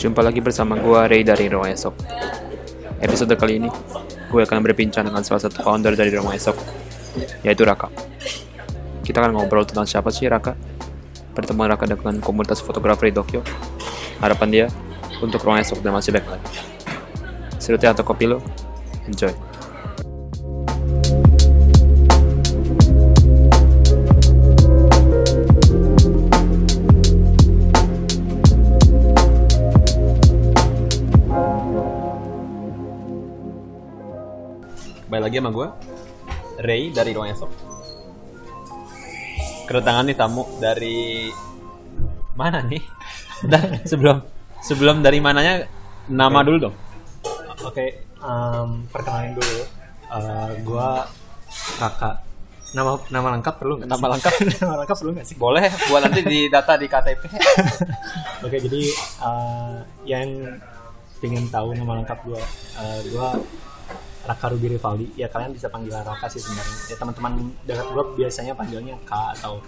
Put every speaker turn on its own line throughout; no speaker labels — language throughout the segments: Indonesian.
Jumpa lagi bersama gua Ray dari Ruang Esok. Episode kali ini, gue akan berbincang dengan salah satu founder dari Ruang Esok, yaitu Raka. Kita akan ngobrol tentang siapa sih Raka, pertemuan Raka dengan komunitas fotografer di Tokyo, harapan dia untuk Ruang Esok dan masih banyak lagi. Serutnya atau kopi lo, enjoy.
Baik lagi sama gue Ray dari Ruang Esok Kedatangan nih tamu dari Mana nih? Dan sebelum Sebelum dari mananya Nama dulu dong
Oke, em, perkenalin dulu. Eh, gua kakak. Nama nama lengkap perlu nggak?
Nama lengkap.
nama lengkap perlu nggak sih?
Boleh buat nanti di data di KTP
Oke, jadi eh, yang pengen tahu nama lengkap gua, eh, gua Raka Ruby Rivaldi. Ya kalian bisa panggil Raka sih sebenarnya. Ya teman-teman dekat gua biasanya panggilnya Kak atau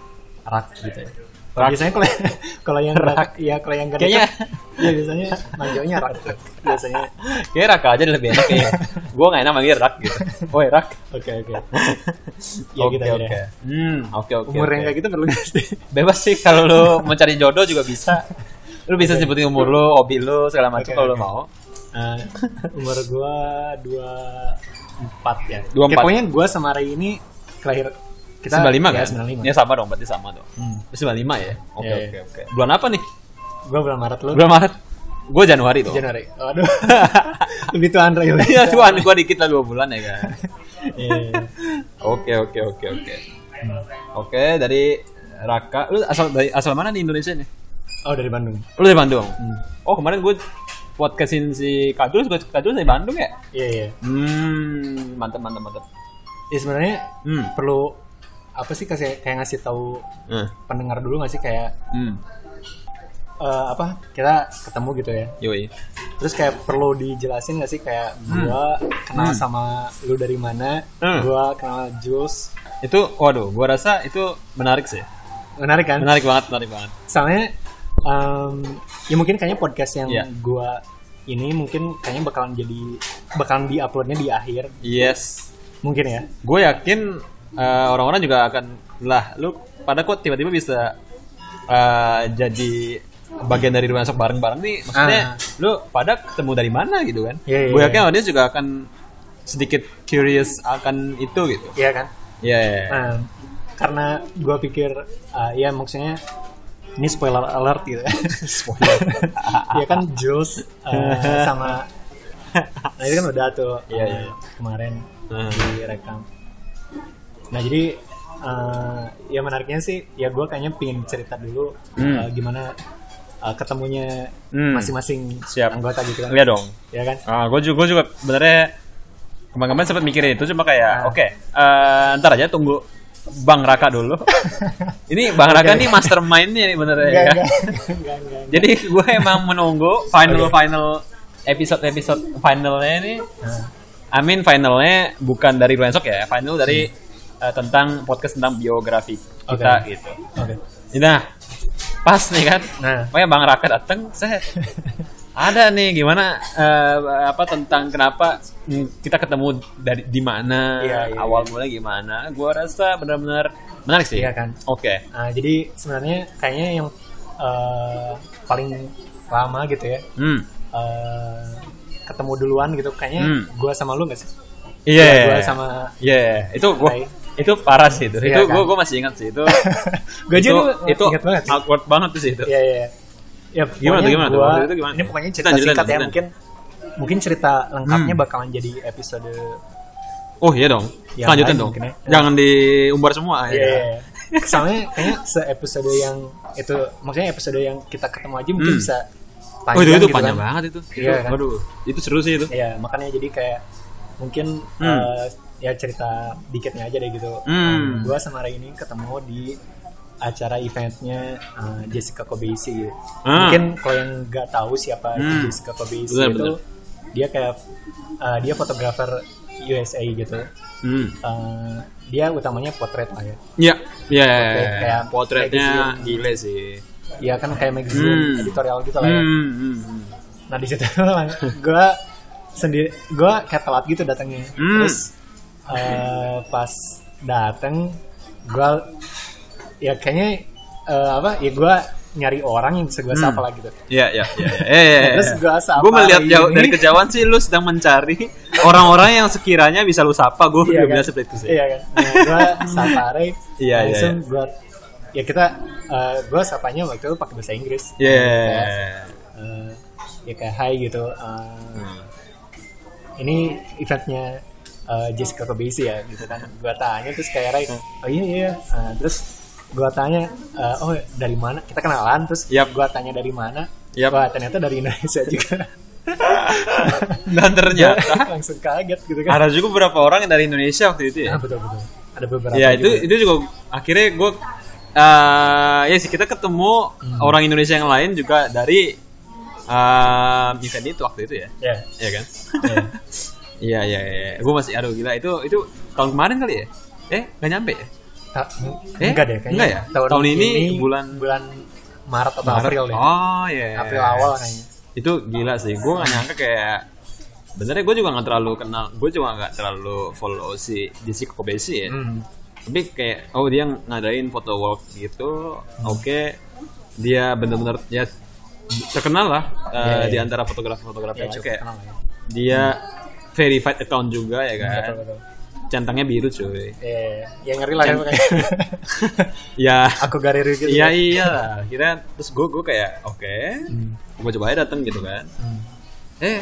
Rak gitu ya. Kalau biasanya kalau kalau yang Rak, ya kalau yang gak
Kayaknya-
dekat, ya biasanya manggilnya Rak. Biasanya.
Kayaknya Raka aja lebih enak ya Gue gak enak manggil Rak gitu
Oh,
Iya, Woi Rak
Oke, oke. Ya
Oke
gitu aja deh.
oke Hmm oke oke
Umur yang
oke.
kayak gitu perlu nggak sih?
Bebas sih kalau lu mau cari jodoh juga bisa Lu bisa sebutin umur lu, hobi lu, segala macam
Oke,
kalau lu
oke.
mau
Eh, umur gua dua empat ya.
24.
Kayak pokoknya gua sama Ray ini kelahir kita
95
ya,
kan?
95.
Ya sama dong, berarti sama dong.
Hmm.
95 ya? Oke,
Iya,
oke,
iya.
oke. Bulan apa nih?
Gua bulan Maret lu.
Bulan Maret. Gue Januari tuh.
Januari. Aduh. Lebih tuaan Ray.
Iya, Tuhan, gue dikit lah 2 bulan ya kan.
Iya.
Oke, oke, oke, oke. Hmm. Oke, dari Raka, lu asal dari asal mana di Indonesia nih?
Oh, dari Bandung.
Lu dari Bandung. Oh, kemarin gue podcastin si Kadrus, gue Kadrus dari Bandung ya?
Iya, iya.
Hmm, mantep, mantep, mantep.
Ya sebenarnya
Hmm.
perlu apa sih kasih kayak ngasih tahu
Hmm.
pendengar dulu nggak sih kayak
Hmm.
eh, apa kita ketemu gitu ya
Yoi.
terus kayak perlu dijelasin gak sih kayak gua kenal
Hmm.
sama lu dari mana
Hmm.
gua kenal Jules
Itu, waduh, gue rasa itu menarik sih.
menarik kan
Menarik banget, menarik banget.
soalnya em, ya mungkin kayaknya podcast yang
Iya.
gua ini mungkin kayaknya bakalan jadi bakalan diuploadnya di akhir
Yes.
mungkin ya
gue yakin eh, orang-orang juga akan lah lu pada kok tiba-tiba bisa eh, jadi bagian dari rumah masak bareng-bareng nih maksudnya
Ah.
lu pada ketemu dari mana gitu kan
Iya, iya,
gue yakin
iya.
audiens juga akan sedikit curious akan itu gitu
iya kan
ya
Em, karena gua pikir eh, ya maksudnya ini spoiler alert gitu spoiler ya kan Jules eh, sama nah itu kan udah tuh eh,
Iya, iya.
kemarin
Hmm.
direkam nah jadi eh, ya menariknya sih ya gue kayaknya pingin cerita dulu
Hmm.
eh, gimana eh, ketemunya
Hmm.
masing-masing
Siap.
anggota gitu kan
lihat Iya dong
ya kan
ah gue juga gua juga sebenarnya kemarin-kemarin sempat mikirin itu cuma kayak
Ah.
oke eh, ntar aja tunggu Bang Raka dulu. ini Bang Raka nih mastermind-nya nih bener
Enggak,
ya.
enggak, enggak, enggak, enggak.
Jadi gue emang menunggu final final episode episode finalnya ini.
Nah,
I mean finalnya bukan dari Ruensok ya, final dari eh, tentang podcast tentang biografi kita
Hmm. Oke.
gitu.
oke
Nah, pas nih kan.
Nah.
Makanya Bang Raka dateng, set. Ada nih gimana eh, apa tentang kenapa mm, kita ketemu dari di mana
Iya, iya,
awal mulai gimana? Gua rasa benar-benar menarik sih.
Iya kan.
Oke.
Nah, jadi sebenarnya kayaknya yang eh, paling lama gitu ya
Hmm.
eh, ketemu duluan gitu kayaknya
Hmm.
gue sama lu gak sih
Iya.
gue sama
Iya, itu gua
Hai.
itu parah sih itu.
Iya
itu
kan?
gua gua masih ingat sih itu.
gue aja
itu,
dulu
itu
ingat banget sih.
awkward banget tuh sih itu.
Iya iya. Ya,
Gimana tuh,
pokoknya
gimana tuh?
gua-
Waktu itu gimana?
Ini pokoknya cerita
Ceritain, ceritain,
singkat ya
ceritain.
mungkin. Mungkin cerita lengkapnya
Hmm.
bakalan jadi episode.
Oh iya dong.
Yang
Lanjutin
lain
dong.
mungkin ya.
Jangan diumbar semua ya.
Iya. Soalnya kayaknya se episode yang itu maksudnya episode yang kita ketemu aja mungkin
Hmm.
bisa
Oh itu itu
gitu
panjang
kan.
banget itu. Itu,
Iya kan.
Waduh, itu seru sih itu.
Iya, makanya jadi kayak mungkin
Hmm.
eh, ya cerita dikitnya aja deh gitu.
Hmm.
Gue sama Ray ini ketemu di acara eventnya eh, Jessica Kobesi.
Ah.
Mungkin kalau yang nggak tahu siapa itu
Hmm.
Jessica Kobesi
Benar,
itu,
benar.
dia kayak eh, dia fotografer USA gitu.
Hmm.
Eh, dia utamanya potret lah ya.
Iya. Iya.
Oke, kayak
Potretnya
magazine.
gile sih.
Ya kan kayak magazine
Hmm.
editorial gitu lah ya.
Hmm. hmm, hmm.
nah di situ gue sendiri gue kayak telat gitu datangnya
Hmm.
terus eh, pas dateng gue ya kayaknya eh, apa ya gue nyari orang yang bisa gue sapa lah gitu
Iya, iya, iya. Eh, iya, iya.
Terus gua sapa
Gua melihat
hari
jauh
ini.
dari kejauhan sih lu sedang mencari orang-orang yang sekiranya bisa lu sapa. Gua
Iya
belum
kan?
bilang seperti itu sih.
Iya kan. Nah, gua sapa Ray.
Iya, iya,
langsung
iya.
gua ya kita eh, gua sapanya waktu itu pakai bahasa Inggris.
Iya.
Kayak, eh, ya kayak hai gitu. eh, Ini eventnya eh, Jessica Kobesi ya gitu kan. Gua tanya terus kayak Ray, oh iya iya. Eh, terus gua tanya eh, oh dari mana kita kenalan terus
Yap.
gua tanya dari mana
Yap.
wah ternyata dari Indonesia juga
Dan ternyata
langsung kaget gitu kan
ada juga beberapa orang yang dari Indonesia waktu itu ya.
Ah, betul betul ada beberapa
Iya, itu
juga.
itu juga akhirnya gua eh ya sih kita ketemu
Hmm.
orang Indonesia yang lain juga dari eh event itu waktu itu ya.
Ya.
Iya kan? Iya, iya, iya. Gue masih aduh gila itu itu tahun kemarin kali ya? Eh, gak nyampe ya?
Ta-
Eh,
enggak deh kayaknya
enggak ya? Tahun ini bulan-
bulan Maret atau April deh
Oh, iya.
April awal kayaknya
Itu gila sih. Gue gak nyangka kayak Benernya gue juga gak terlalu kenal, gue juga gak terlalu follow si Jessica Kobesi ya.
hmm.
Tapi kayak, oh dia ngadain foto walk gitu, oke. Dia bener-bener, ya terkenal lah eh,
Iya, iya.
di antara fotografer-fotografer
ya
yang lain.
cukup
kayak
kenal lah ya
dia verified account juga ya kan.
betul betul
Centangnya biru cuy.
eh ya ngeri lah ya pokoknya.
ya
aku garir gitu
iya iya kira terus gue gue kayak oke
Hmm.
gue coba aja dateng gitu kan
Hmm.
eh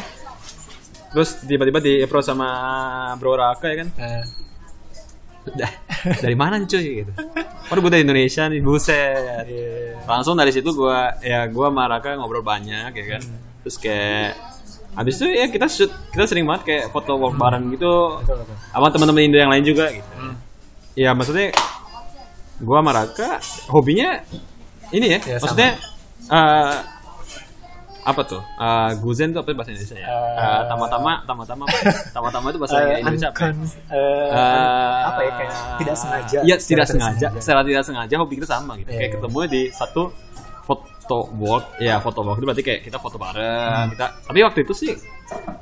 terus tiba-tiba di approach sama bro Raka ya kan
Eh,
Dah, dari mana nih, cuy gitu waduh gue dari Indonesia nih buset
iya.
langsung dari situ gue ya gue sama Raka ngobrol banyak ya kan
Hmm.
terus kayak habis itu ya kita shoot kita sering banget kayak foto walk bareng gitu
Hmm. betul Hmm. betul
sama teman-teman Indo yang lain juga gitu. Ya maksudnya gua sama Raka hobinya ini ya.
Ya, sama.
maksudnya eh, apa tuh? Eh, guzen tuh apa bahasa Indonesia ya?
Eh,
Eh, tama-tama, tama-tama, apa ya? tama-tama itu bahasa
Eh,
Indonesia apa? ya?
uncon- eh,
Eh,
apa ya kayak tidak sengaja
Iya,
Secara
tidak sengaja. Secara tidak sengaja hobi kita sama gitu.
Iya,
kayak
iya.
ketemu di satu foto walk. Ya, foto walk itu berarti kayak kita foto bareng.
Hmm.
Kita tapi waktu itu sih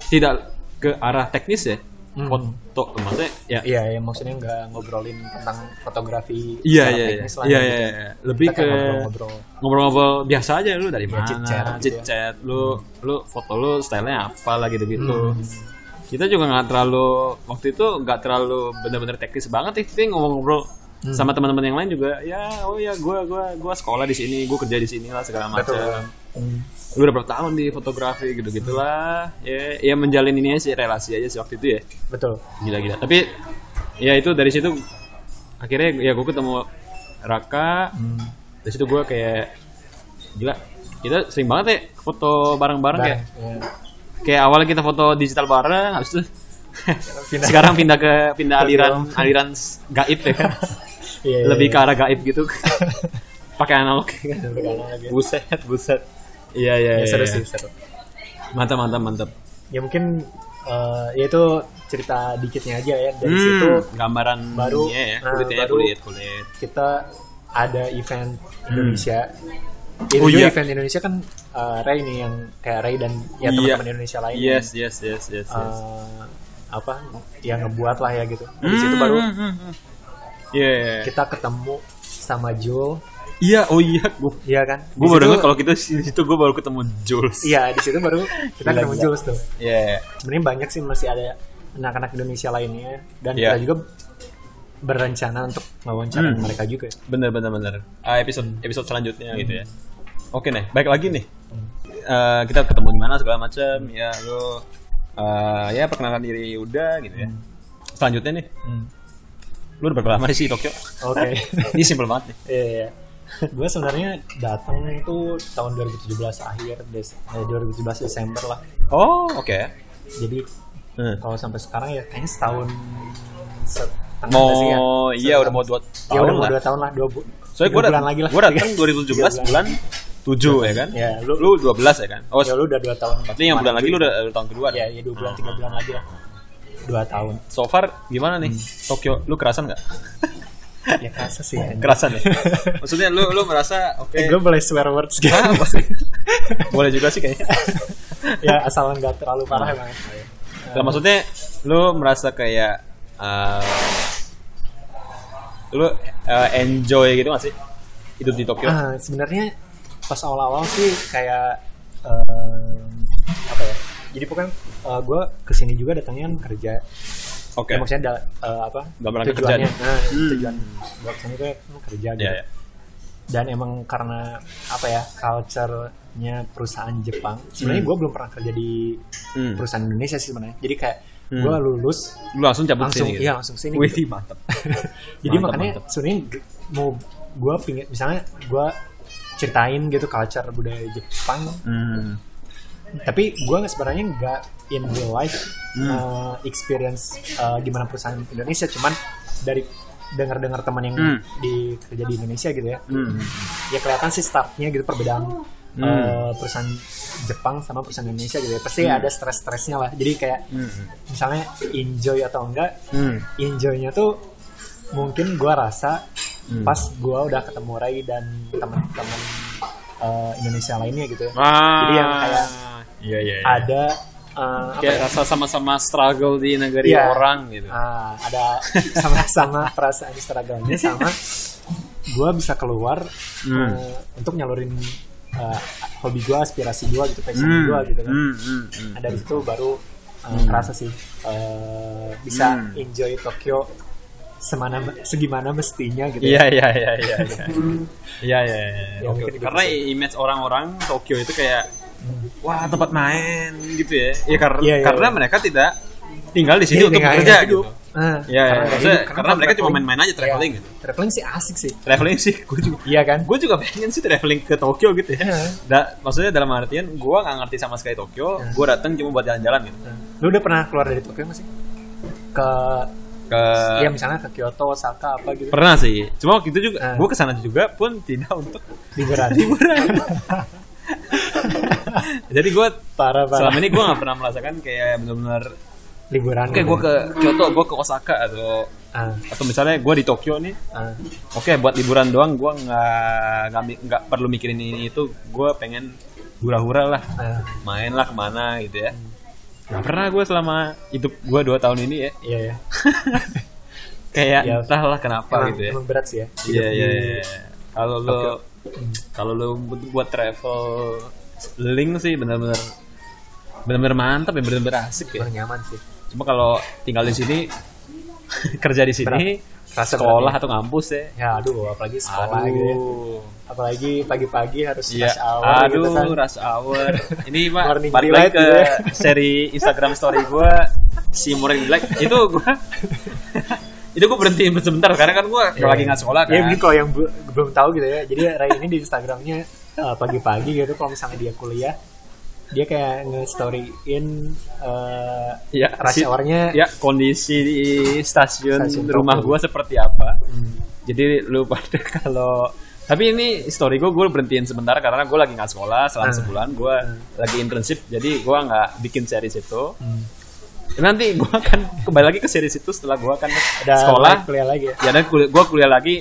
tidak ke arah teknis ya.
Hmm.
Foto maksudnya ya
iya ya maksudnya nggak ngobrolin tentang fotografi
Iya
secara
iya
teknis lah
iya
gitu.
iya iya. Lebih
Kita
ke
kayak ngobrol-ngobrol.
ngobrol-ngobrol biasa aja lu dari
Iya,
mana?
chit-chat gitu
chit chat, lu lu foto lu stylenya apa lah gitu gitu.
Hmm.
Kita juga nggak terlalu waktu itu nggak terlalu bener-bener teknis banget sih, tapi ngobrol-ngobrol
Hmm.
sama teman-teman yang lain juga ya oh ya gua gua gua sekolah di sini gua kerja di sini lah segala macam
Betul. Hmm.
lu udah berapa tahun di fotografi gitu gitulah ya ya menjalin ini aja sih relasi aja sih waktu itu ya
betul
gila-gila tapi ya itu dari situ akhirnya ya gue ketemu Raka
Hmm.
dari situ gue kayak gila kita sering banget ya foto bareng-bareng kayak
Bareng, iya.
kayak awalnya kita foto digital bareng habis itu
Pindah.
sekarang pindah ke pindah aliran aliran s- gaib ya kan
Iya, iya,
lebih
iya.
ke arah gaib gitu pakai analog ya kan?
Lebih ke arah lagi.
buset buset iya iya
Ya,
iya
seru
iya.
sih seru
mantap mantap mantap
ya mungkin eh, ya itu cerita dikitnya aja ya dari
Hmm,
situ
gambaran
baru-
ya, ya.
nah,
kulitnya ya,
baru-
kulit kulit
kita ada event Indonesia
Hmm.
itu
Oh,
juga
iya.
event Indonesia kan eh, Ray nih yang kayak Ray dan
Iya.
ya teman-teman Indonesia lain yang,
yes yes yes yes, yes.
eh, apa yang ngebuat lah ya gitu dari situ baru
Hmm. Iya.
kita ketemu sama Jul
Iya, oh iya, gue
Iya kan
gue
Di
baru
situ-
dengar kalau kita di situ gue baru ketemu Jules.
iya di situ baru kita
Gila,
ketemu
gila.
Jul tuh
Iya.
sebenarnya banyak sih masih ada anak-anak Indonesia lainnya dan
Iya.
kita juga berencana untuk mewawancara
Hmm.
mereka juga
Bener bener bener. Ah, episode episode selanjutnya gitu ya.
Hmm.
Oke nih, baik lagi nih. Eh, kita ketemu di mana segala macam ya lo eh, ya perkenalan diri udah gitu
Hmm.
ya. Selanjutnya nih, lu udah berapa lama sih di Tokyo?
oke
Ini simple banget nih.
iya iya. gue sebenarnya datang itu tahun 2017 akhir des eh, 2017 Desember lah
Oh, oke.
jadi
Hmm.
kalau sampai sekarang ya kayaknya setahun setengah
Mau
sih ya
iya udah mau dua
ya udah
tahun
mau
lah.
dua tahun lah dua, bu-
Soalnya
tiga
gue
bulan
datang,
lagi lah
gue datang 2017 bulan 7 ya kan?
ya lu,
Lu 12 ya kan? Oh,
ya lu udah dua tahun
berarti yang bulan lagi lu udah udah tahun kedua.
ya
Ya.
ya dua bulan tiga bulan lagi lah dua tahun
So far gimana nih
Hmm.
Tokyo? Lu kerasan nggak?
ya kerasa sih ya.
Kerasan ya. Maksudnya lu lu merasa oke?
Eh, gue boleh swear words gitu.
Ah, apa sih? Boleh juga sih kayaknya.
ya asal nggak terlalu parah emang
Nah, maksudnya lu merasa kayak eh, lu eh, enjoy gitu gak sih hidup di Tokyo?
Ah, sebenarnya pas awal-awal sih kayak em, apa ya jadi pokoknya gue kesini juga datangnya kan kerja
Oke.
ya, maksudnya da- eh, apa
Dalam rangka kerja
tujuannya
Hmm.
nah, tujuan gue kesini tuh emang kerja gitu
Iya, iya.
dan emang karena apa ya culture-nya perusahaan Jepang sebenarnya gue belum pernah kerja di
Hmm.
perusahaan Indonesia sih sebenarnya jadi kayak gue lulus
Lu langsung cabut
langsung
sini gitu.
iya langsung sini
Wih,
gitu.
mantep.
jadi
Mantap,
makanya
mantap.
sebenarnya g- mau gue pingin misalnya gue ceritain gitu culture budaya Jepang
Hmm.
tapi gue nggak sebenarnya nggak in real life
Hmm.
uh, experience uh, gimana perusahaan Indonesia cuman dari dengar-dengar teman yang
Hmm.
di kerja di Indonesia gitu ya
Hmm.
ya kelihatan sih startnya gitu perbedaan eh, perusahaan Jepang sama perusahaan Indonesia gitu ya pasti
Hmm.
ada stres-stresnya lah jadi kayak misalnya enjoy atau enggak
Hmm.
enjoynya tuh mungkin gua rasa pas gua udah ketemu Rai dan teman-teman eh, Indonesia lainnya gitu ya.
Ah.
Jadi yang kayak
iya iya. iya.
ada eh, apa
kayak rasa sama-sama struggle di negeri
Iya.
orang gitu.
Ah, ada sama-sama perasaan struggle-nya sama gue bisa keluar
Hmm.
eh, untuk nyalurin eh, hobi gue, aspirasi gue gitu, passion
Hmm.
gue gitu kan.
Hmm, hmm, hmm.
Nah, dari situ baru eh, kerasa sih eh, bisa
Hmm.
enjoy Tokyo semana segimana mestinya gitu.
Iya iya iya iya. iya. Iya iya. iya.
Ya,
Oke, oke.
mungkin
Hmm.
juga
Karena
bisa.
image orang-orang Tokyo itu kayak wah tempat main gitu ya. Ya karena
Iya, iya,
karena
iya.
mereka tidak tinggal di sini
Jadi
untuk
nggak-
bekerja
nggak
gitu.
hidup. Ah,
Iya, iya.
nggak
Maksudnya
hidup.
karena mereka cuma
traveling-
main-main aja
Iya.
traveling gitu.
Traveling sih asik sih.
Traveling sih gue juga
Iya kan?
gue juga pengen sih traveling ke Tokyo gitu ya.
Iya.
Da- maksudnya dalam artian gue nggak ngerti sama sekali Tokyo. Gue datang cuma buat jalan-jalan gitu.
Lu udah pernah keluar dari Tokyo masih? Ke
Ke
ya misalnya ke Kyoto, Osaka apa gitu.
pernah sih. Cuma waktu itu juga
Ah.
gue kesana juga pun tidak untuk
Liburan.
jadi gue
Parah parah.
selama ini gue nggak pernah merasakan kayak benar-benar
Liburan. gitu.
Oke, gue ke Kyoto, gue ke Osaka atau
Ah,
atau misalnya gue di Tokyo nih.
ah.
Oke, buat liburan doang, gue nggak nggak mi- nggak perlu mikirin ini, ini itu. Gue pengen hura-hura lah,
Ah.
main lah kemana gitu ya. Gak pernah gue selama hidup gue dua tahun ini ya.
Iya ya.
Kayak
Iya.
entahlah kenapa
Emang,
gitu ya.
emang berat sih ya.
Iya iya. iya. Kalau lo Hmm. kalau lo bu- buat travel link sih benar-benar benar-benar mantap ya benar-benar asik ya.
Emang nyaman sih.
Cuma kalau tinggal di sini kerja di sini
Rasa
sekolah
berat
atau ngampus ya.
Ya aduh, apalagi sekolah gitu ya.
Aduh.
Apalagi pagi-pagi harus
Iya.
rush hour
Aduh,
gitu kan.
rush hour. Ini Pak
Morning
balik lagi
delight
ke
gitu ya.
seri Instagram story gue si Morning Black itu gue itu gue berhenti sebentar karena kan gue
Iya.
lagi nggak sekolah kan.
Ya mungkin kalau yang bu- belum tahu gitu ya. Jadi Ray ini di Instagramnya eh, pagi-pagi gitu kalau misalnya dia kuliah dia kayak nge-storyin eh
Iya, si-
rush hour-nya
ya kondisi di stasiun,
Stasiun
rumah
Tokyo.
gue seperti apa. Jadi lu pada kalau tapi ini story gue gue berhentiin sebentar karena gue lagi nggak sekolah
Ah.
selama sebulan gue lagi internship jadi gue nggak bikin series itu.
hmm,
Nanti gue akan kembali lagi ke series itu setelah gue akan
ada
sekolah.
mulai kuliah Hmm. lagi ya.
Ya dan kuliah, gue kuliah lagi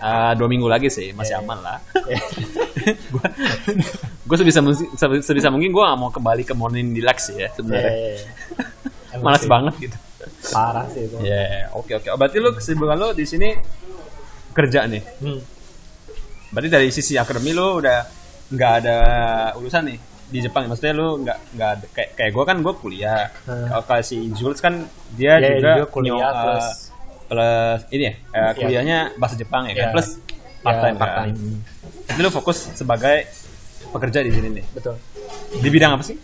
eh, dua minggu lagi sih masih
Ya.
aman lah. gue sebisa mungkin- sebisa mungkin gue nggak mau kembali ke morning deluxe sih ya sebenarnya.
Eh, emang
Malas
sih,
banget gitu.
Parah sih itu.
Ya, oke oke. Berarti lu kesibukan lu di sini kerja nih.
Hmm.
Berarti dari sisi akademi lu udah nggak ada urusan nih di Jepang. ya? Maksudnya lu nggak nggak ada- kayak kayak gue kan gue kuliah.
Hmm.
Kalau kalau si Jules kan dia
Iya,
juga
dia kuliah
nyong-
plus-
eh, plus ini ya eh, kuliahnya bahasa Jepang ya kan
Iya.
plus part time.
Ya, part-time.
Jadi lu fokus sebagai pekerja di sini nih.
Betul.
Di bidang apa sih?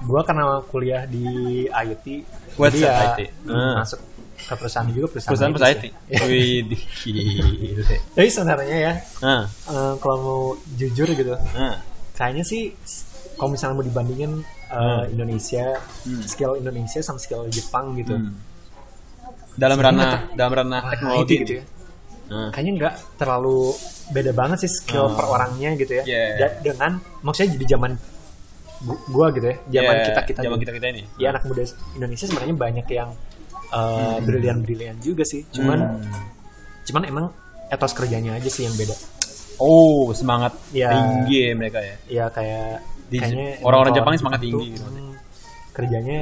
Gua karena kuliah di IoT,
What's
jadi ya
up, IT?
hmm,
Ah.
masuk ke perusahaan juga
Perusahaan
perusahaan. sih.
perusahaan IT. Wih, di- gile.
Jadi sebenarnya ya,
Ah,
eh, kalau mau jujur gitu,
ah.
kayaknya sih kalau misalnya mau dibandingin eh, Indonesia, skill Indonesia sama skill Jepang gitu,
Hmm. Dalam ranah dalam ranah
Wah,
teknologi
IT gitu ya.
Ah.
Kayaknya nggak terlalu beda banget sih skill per orangnya gitu ya.
Hmm. Yeah.
Da- Dengan maksudnya jadi zaman bu- gua gitu ya, zaman
Ya,
kita kita
zaman kita kita ini
ya anak muda Indonesia sebenarnya banyak yang uh,
Hmm.
brilian-brilian juga sih. Cuman cuman emang etos kerjanya aja sih yang beda.
oh semangat
Ya.
tinggi ya mereka ya
Ya kayak
Di-
Kayaknya
orang-orang
emang
Jepang
kalau
semangat
di
tinggi
Jepang
gitu.
tuh, hmm, kerjanya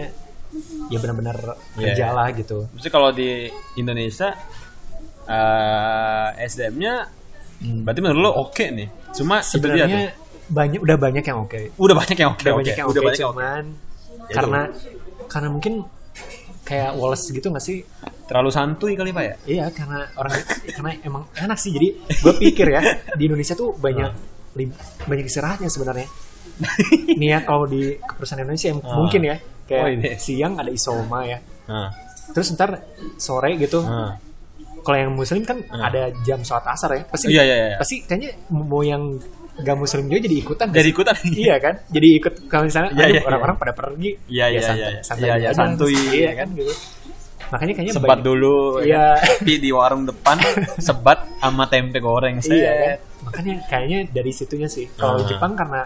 ya benar-benar
Iya.
kerja lah gitu
Maksudnya kalau di Indonesia eh SDM-nya
Hmm.
berarti menurut lo oke nih. Cuma
sebenarnya
sebenarnya
banyak udah banyak yang oke
udah banyak yang oke.
udah
oke,
banyak yang
udah
oke
banyak yang oke.
cuman
Ya
karena karena mungkin kayak Wallace gitu nggak sih
Terlalu santuy kali Pak ya?
Iya karena orang karena emang enak sih jadi gue pikir ya di Indonesia tuh banyak
Ah.
lib- banyak istirahatnya sebenarnya. Niat kalau di perusahaan Indonesia yang
Ah.
mungkin ya kayak
Oh, ini.
siang ada isoma ya.
Nah.
Terus ntar sore gitu kalau yang muslim kan
Ah.
ada jam sholat asar ya pasti
Iya, iya, iya.
pasti kayaknya mau yang gak muslim juga jadi ikutan nggak
Jadi
sih?
ikutan.
iya kan jadi ikut kalau misalnya
Iya,
aduh,
iya, iya.
orang-orang pada pergi
Iya,
ya
iya,
santai-
iya, iya.
santai
Iya, iya,
aja.
santuy,
iya kan gitu makanya kayaknya
sebat
banyak-
dulu
Iya.
ya kan? Tapi di warung depan sebat sama tempe goreng saya
Iya kan? Makanya kayaknya dari situnya sih. Kalau
Ah.
Jepang karena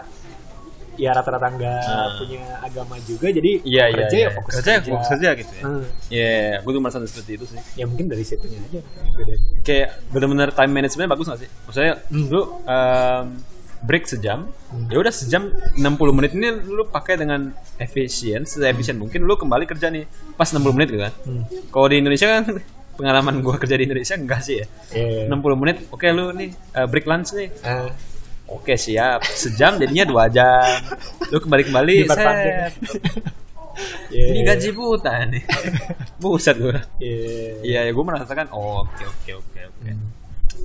ya rata-rata nggak
Ah.
punya agama juga, jadi
iya iya
kerja
iya.
ya fokus
kerja ya fokus kerja gitu ya
Hmm.
Iya, gue tuh merasa seperti itu sih.
Ya mungkin dari situnya aja.
Kayak bener-bener time management bagus gak sih? Maksudnya
Hmm.
lu em, break sejam, ya udah sejam 60 menit ini lu pakai dengan efisien, seefisien mungkin lu kembali kerja nih pas 60 menit gitu kan.
Hmm.
Kalau di Indonesia kan pengalaman gua kerja di Indonesia enggak sih ya.
Iya.
60 menit, oke lu nih eh, break lunch nih.
Ah,
Oke siap, sejam jadinya dua jam. Lu kembali kembali,
Di depan panjang. Iya.
ini gaji buta nih. Buset gue.
Iya.
Iya, ya gue merasakan. Oh, oke oke oke oke.
Hmm.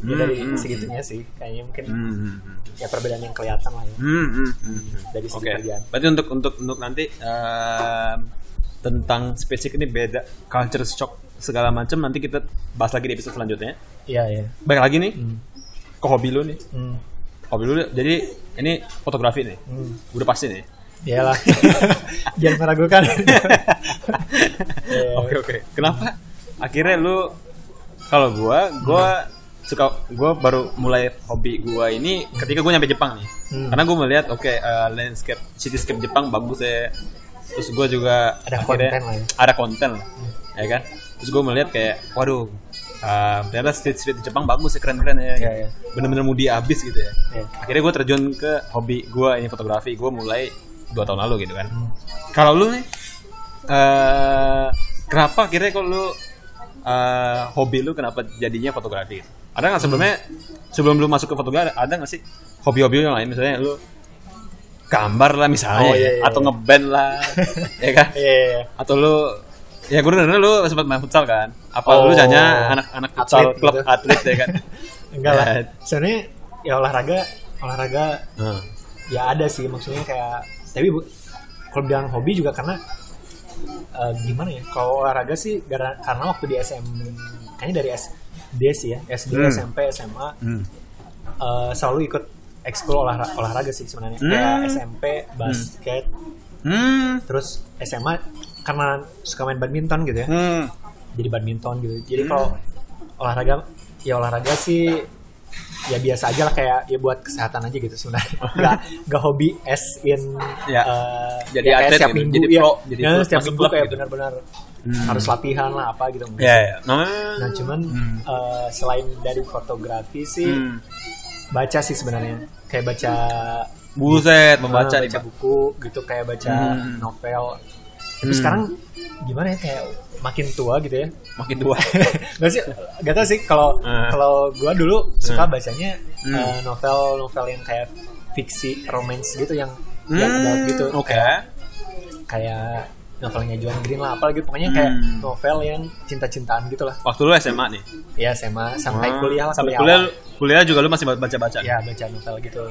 Ya,
Hmm,
dari
hmm,
segitunya sih, kayaknya mungkin
hmm, hmm, hmm.
ya perbedaan yang kelihatan lah ya
Hmm, hmm, hmm, hmm.
dari segi
Oke.
kerjaan.
Berarti untuk untuk untuk nanti em, tentang spesifik ini beda culture shock segala macam nanti kita bahas lagi di episode selanjutnya.
Iya ya.
Baik lagi nih ke hobi lu nih.
Hmm.
Hobi lu jadi ini fotografi nih.
Hmm.
Udah pasti nih.
Iyalah. Jangan meragukan. Iya.
Oke oke. Kenapa? Akhirnya lu kalau gua, gua
Hmm.
suka gua baru mulai hobi gua ini ketika gua nyampe Jepang nih.
Hmm.
Karena gua melihat oke eh, landscape cityscape Jepang bagus ya. Terus gua juga
Ada konten lah ya.
Ada konten lah. Ya kan? Terus gua melihat kayak waduh eh, ternyata street street di Jepang bagus ya keren-keren ya.
Iya, iya.
Bener-bener mudi abis gitu ya
Iya.
akhirnya gue terjun ke hobi gue ini fotografi gue mulai dua tahun lalu gitu kan kalau lu nih eh kenapa akhirnya kalau lu eh, hobi lu kenapa jadinya fotografi gitu? ada nggak sebelumnya sebelum lu masuk ke fotografi ada nggak sih hobi-hobi yang lain misalnya lu gambar lah misalnya
Oh, iya, iya,
atau ngeband lah ya kan
Iya, iya, iya.
atau lu ya gue denger lu sempat main futsal kan apa
Oh.
lu jadinya anak-anak futsal
Atlet
klub
gitu.
atlet ya kan
Enggak lah.
Eh.
Sebenarnya ya olahraga olahraga
Hmm.
ya ada sih maksudnya kayak tapi bu, kalau bilang hobi juga karena eh, gimana ya kalau olahraga sih gara- karena waktu di SM kayaknya dari SD sih ya SD
Hmm.
SMP SMA
Hmm.
eh, selalu ikut ekskul olahra- olahraga sih sebenarnya
Hmm.
kayak SMP basket
Hmm.
terus SMA karena suka main badminton gitu ya
Hmm.
jadi badminton gitu. Jadi kalau olahraga ya olahraga sih ya biasa aja lah kayak ya buat kesehatan aja gitu sebenarnya. Enggak enggak hobi as in
Ya.
eh,
Jadi
ya kayak
atlet
setiap
gitu,
minggu
jadi
ya.
pro, jadi
Ya,
pro,
setiap
masuk
minggu
klub
kayak
gitu.
benar-benar harus latihan lah apa gitu.
Ya, ya. Nah,
Nah, cuman
Hmm.
eh, selain dari fotografi sih
hmm.
baca sih sebenarnya. Kayak baca
buset
eh,
membaca nih
baca
Pak.
buku gitu kayak baca
Hmm.
novel. Tapi
Hmm.
sekarang gimana ya kayak makin tua gitu ya.
makin tua.
Gak sih, gak tau sih kalau
Eh.
kalau gue dulu suka bacanya
Hmm.
eh, novel-novel yang kayak fiksi, romance gitu yang yang ada
Hmm,
gitu
Oke.
kayak, kayak novelnya Joan Green lah apa gitu pokoknya kayak
Hmm.
novel yang cinta-cintaan gitu lah
Waktu lu SMA nih.
ya SMA sampai
Hmm.
kuliah lah
Sampai kuliah
kuliah awal.
kuliah juga lu masih baca-baca. nih?
ya baca novel gitu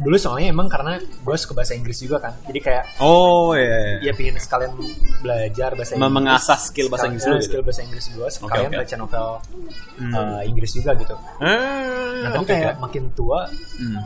dulu soalnya emang karena gue suka bahasa Inggris juga kan jadi kayak
Oh, iya.
ya pingin sekalian belajar
Mem-
bahasa Inggris
mengasah skill bahasa
sekalian- eh,
Inggris lu gitu.
skill bahasa Inggris gue sekalian
oke.
baca novel
Hmm.
eh, Inggris juga gitu
Hmm,
Nah, tapi
oke,
kayak
oke.
makin tua
Hmm.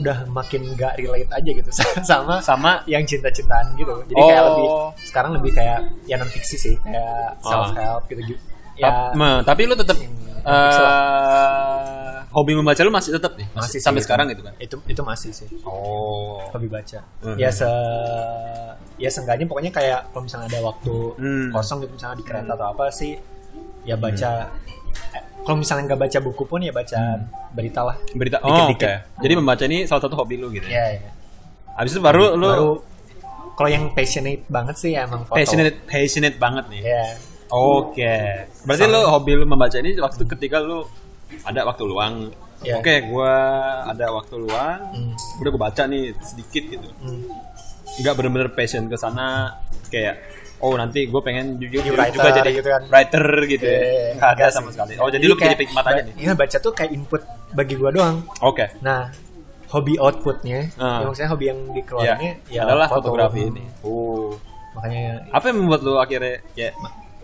udah makin gak relate aja gitu sama
sama
yang cinta-cintaan gitu. Jadi kayak
Oh.
lebih sekarang lebih kayak ya non fiksi sih, kayak
Ah.
self help gitu gitu.
Tap-
Ya
me- tapi lu tetap
Hmm,
eh hobi membaca lu masih tetap nih. Masih,
sih
sampai
itu.
sekarang gitu kan.
Itu itu masih sih
Oh.
hobi baca.
Mhm.
Ya se ya seenggaknya pokoknya kayak kalau misalnya ada waktu
Hmm.
kosong gitu misalnya di kereta atau apa sih ya baca eh, kalau misalnya nggak baca buku
Hmm.
pun ya baca berita lah.
Berita. Oh, oke.
Dikit-dikit.
Jadi membaca ini salah satu hobi lu gitu. ya?
Ya, ya.
Abis itu baru lu
Baru kalau yang passionate banget sih ya emang foto.
passionate passionate banget nih.
Ya.
Oke. Berarti lu hobi lu membaca ini waktu ketika lu ada waktu luang.
Iya.
Oke, gua ada waktu luang.
Hmm.
Udah gua baca nih sedikit gitu.
Hmm.
Nggak bener-bener passion ke sana kayak oh nanti gue pengen jujur
Jadi
juga
writer
jadi
gitu kan.
writer gitu ya.
Iya, iya, iya.
Nggak ada
Nggak
sama
sih.
sekali. Oh, jadi, lu
kayak
jadi penikmat aja
ba-
nih.
Iya, baca tuh kayak input bagi gua doang.
Oke.
Nah, hobi outputnya,
Ah.
ya maksudnya hobi yang
Iya.
dikeluarinnya ya
adalah
foto. Uh.
fotografi ini. Oh.
Makanya
Apa yang membuat lu akhirnya kayak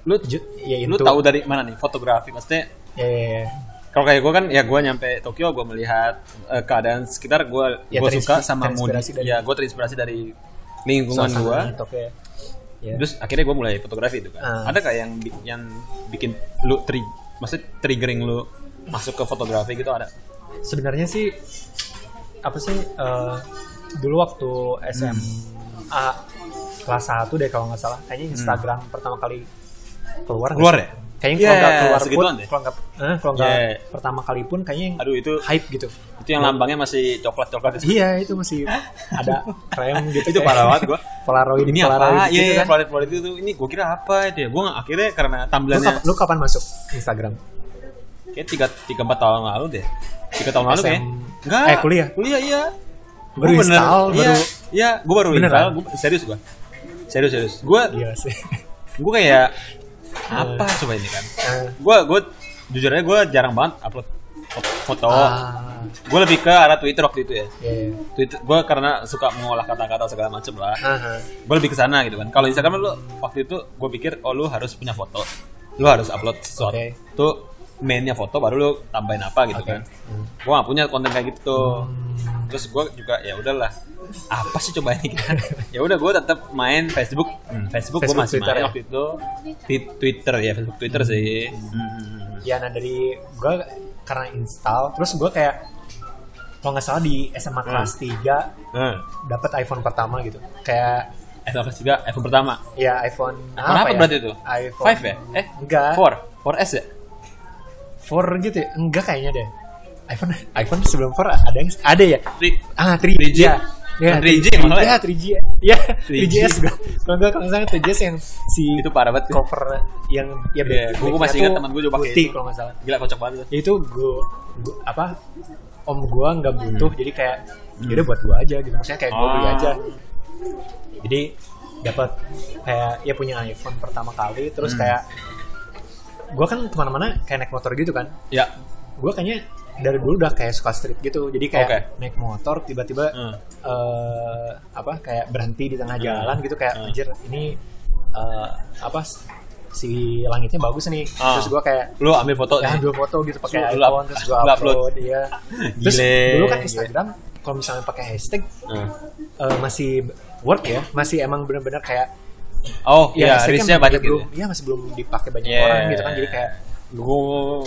lu
ju- ya
lu
itu.
tahu dari mana nih fotografi maksudnya
Ya, ya, ya.
kalau kayak gue kan ya gue nyampe Tokyo gue melihat eh, keadaan sekitar gue
Ya,
gue suka
terinspirasi-
sama mood
terinspirasi dari-
ya gue terinspirasi dari lingkungan
Suasana
gue
gitu, kayak- ya.
terus akhirnya gue mulai fotografi itu kan
Ah.
ada kayak yang bi- yang bikin lu tri maksud triggering lu masuk ke fotografi gitu ada
sebenarnya sih apa sih eh, dulu waktu SMA kelas 1 deh kalau nggak salah kayaknya Instagram pertama kali keluar nggak
Hmm. keluar
sih?
ya
kayaknya
Iya,
kalau nggak keluar pun
segituan deh.
kalau nggak eh, kalau nggak
Iya.
pertama kali pun kayaknya yang
aduh itu
hype gitu
itu yang lambangnya masih coklat coklat itu
iya itu masih ada krem gitu
Itu
kayak
parah banget gua.
polaroid
ini
polaroid
apa
gitu
iya iya
kan
polaroid polaroid itu ini gue kira apa itu ya gue akhirnya karena
lu,
tampilannya
kap- lu kapan masuk Instagram
kayak tiga tiga empat tahun lalu deh tiga tahun lalu
SM.
kayak enggak
Eh, kuliah?
kuliah iya
Baru
Gua
install,
iya,
baru-
iya gue baru
Beneran? Iya.
install gua, serius gue serius serius gue
gila sih
gue kayak apa coba ini kan
Eh,
gue gue jujur aja gue jarang banget upload fo- foto
ah,
gue lebih ke arah twitter waktu itu ya
iya, iya.
Twitter, gue karena suka mengolah kata-kata segala macem lah
Aha.
gue lebih ke sana gitu kan kalau Instagram lu waktu itu gue pikir oh lu harus punya foto lu harus upload sesuatu
Oke.
itu mainnya foto baru lu tambahin apa gitu
Oke.
kan
Hmm.
gue gak punya konten kayak gitu tuh. terus gue juga ya udahlah apa sih coba ini kan ya udah gue tetap main Facebook Hmm, Facebook, gue
Facebook,
masih
Twitter
main
ya?
waktu itu Ti- Twitter ya Facebook Twitter sih Hmm.
Ya nah dari gue karena install terus gue kayak kalau nggak salah di SMA kelas 3
Hmm.
dapat iPhone pertama gitu. Kayak
iPhone juga iPhone pertama
ya iPhone
iPhone apa
ya?
berarti itu?
iPhone
5 ya? Eh,
enggak.
4 4S ya?
4 gitu ya? Enggak kayaknya deh. iPhone iPhone sebelum 4 ada yang ada ya?
3
Ah, 3G.
3G.
Ya, ya,
3G
3G.
malah ya?
Ya, 3G. Ya,
3G.
3GS gue. Kalau gue kalau nggak salah 3GS yang si
itu parah banget tuh.
cover yang ya
Iya, gua- gua masih
backnya
ingat
tuh
teman gua juga pakai
putih
itu.
kalau nggak salah.
gila kocak banget tuh.
Ya itu gue apa om gue nggak butuh jadi kayak yaudah buat gue aja gitu maksudnya kayak gue beli
Hmm. Ah.
aja jadi dapat kayak ya punya iPhone pertama kali terus
Hmm.
kayak gue kan kemana-mana kayak naik motor gitu kan
ya
gue kayaknya dari dulu udah kayak suka street gitu jadi kayak
Oke.
naik motor tiba-tiba
Hmm.
eh, apa kayak berhenti di tengah jalan gitu kayak
Hmm.
anjir ini eh, apa si langitnya bagus nih
Ah.
terus gue kayak
lu ambil foto
ya
nih.
ambil foto gitu pakai
Lu up-
iPhone terus gua
lu upload.
upload iya terus
Gile,
dulu kan
gile.
Instagram kalau misalnya pakai hashtag
Hmm.
eh, masih work ya masih emang benar-benar kayak
oh iya rilisnya
hashtagnya masih
banyak gitu
belum iya masih belum dipakai banyak
Yeah.
orang gitu kan jadi kayak
gua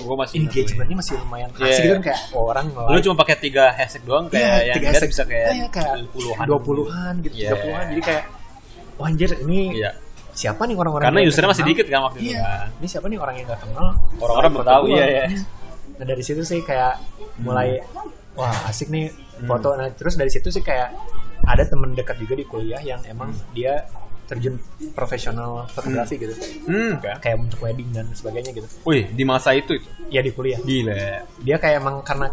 gua masih ingat
engagementnya masih lumayan asik
Yeah.
gitu kan kayak orang
tuh. lu cuma pakai tiga hashtag doang kayak yang
tiga
lihat bisa kayak,
Iya, kayak
20-an.
20-an gitu
Iya.
30-an jadi kayak wah anjir ini
iya
siapa nih orang-orang
karena
yang gak
usernya masih
kenal?
dikit kan waktu itu
iya
kan
ini siapa nih orang yang gak kenal
Orang-orang
Foto
bertahu,
gua.
iya, iya.
nah dari situ sih kayak
Hmm.
mulai wah asik nih foto nah terus dari situ sih kayak ada temen dekat juga di kuliah yang emang dia terjun profesional fotografi gitu
hmm kan
kayak untuk wedding dan sebagainya gitu
wih di masa itu itu
ya di kuliah
gila
dia kayak emang karena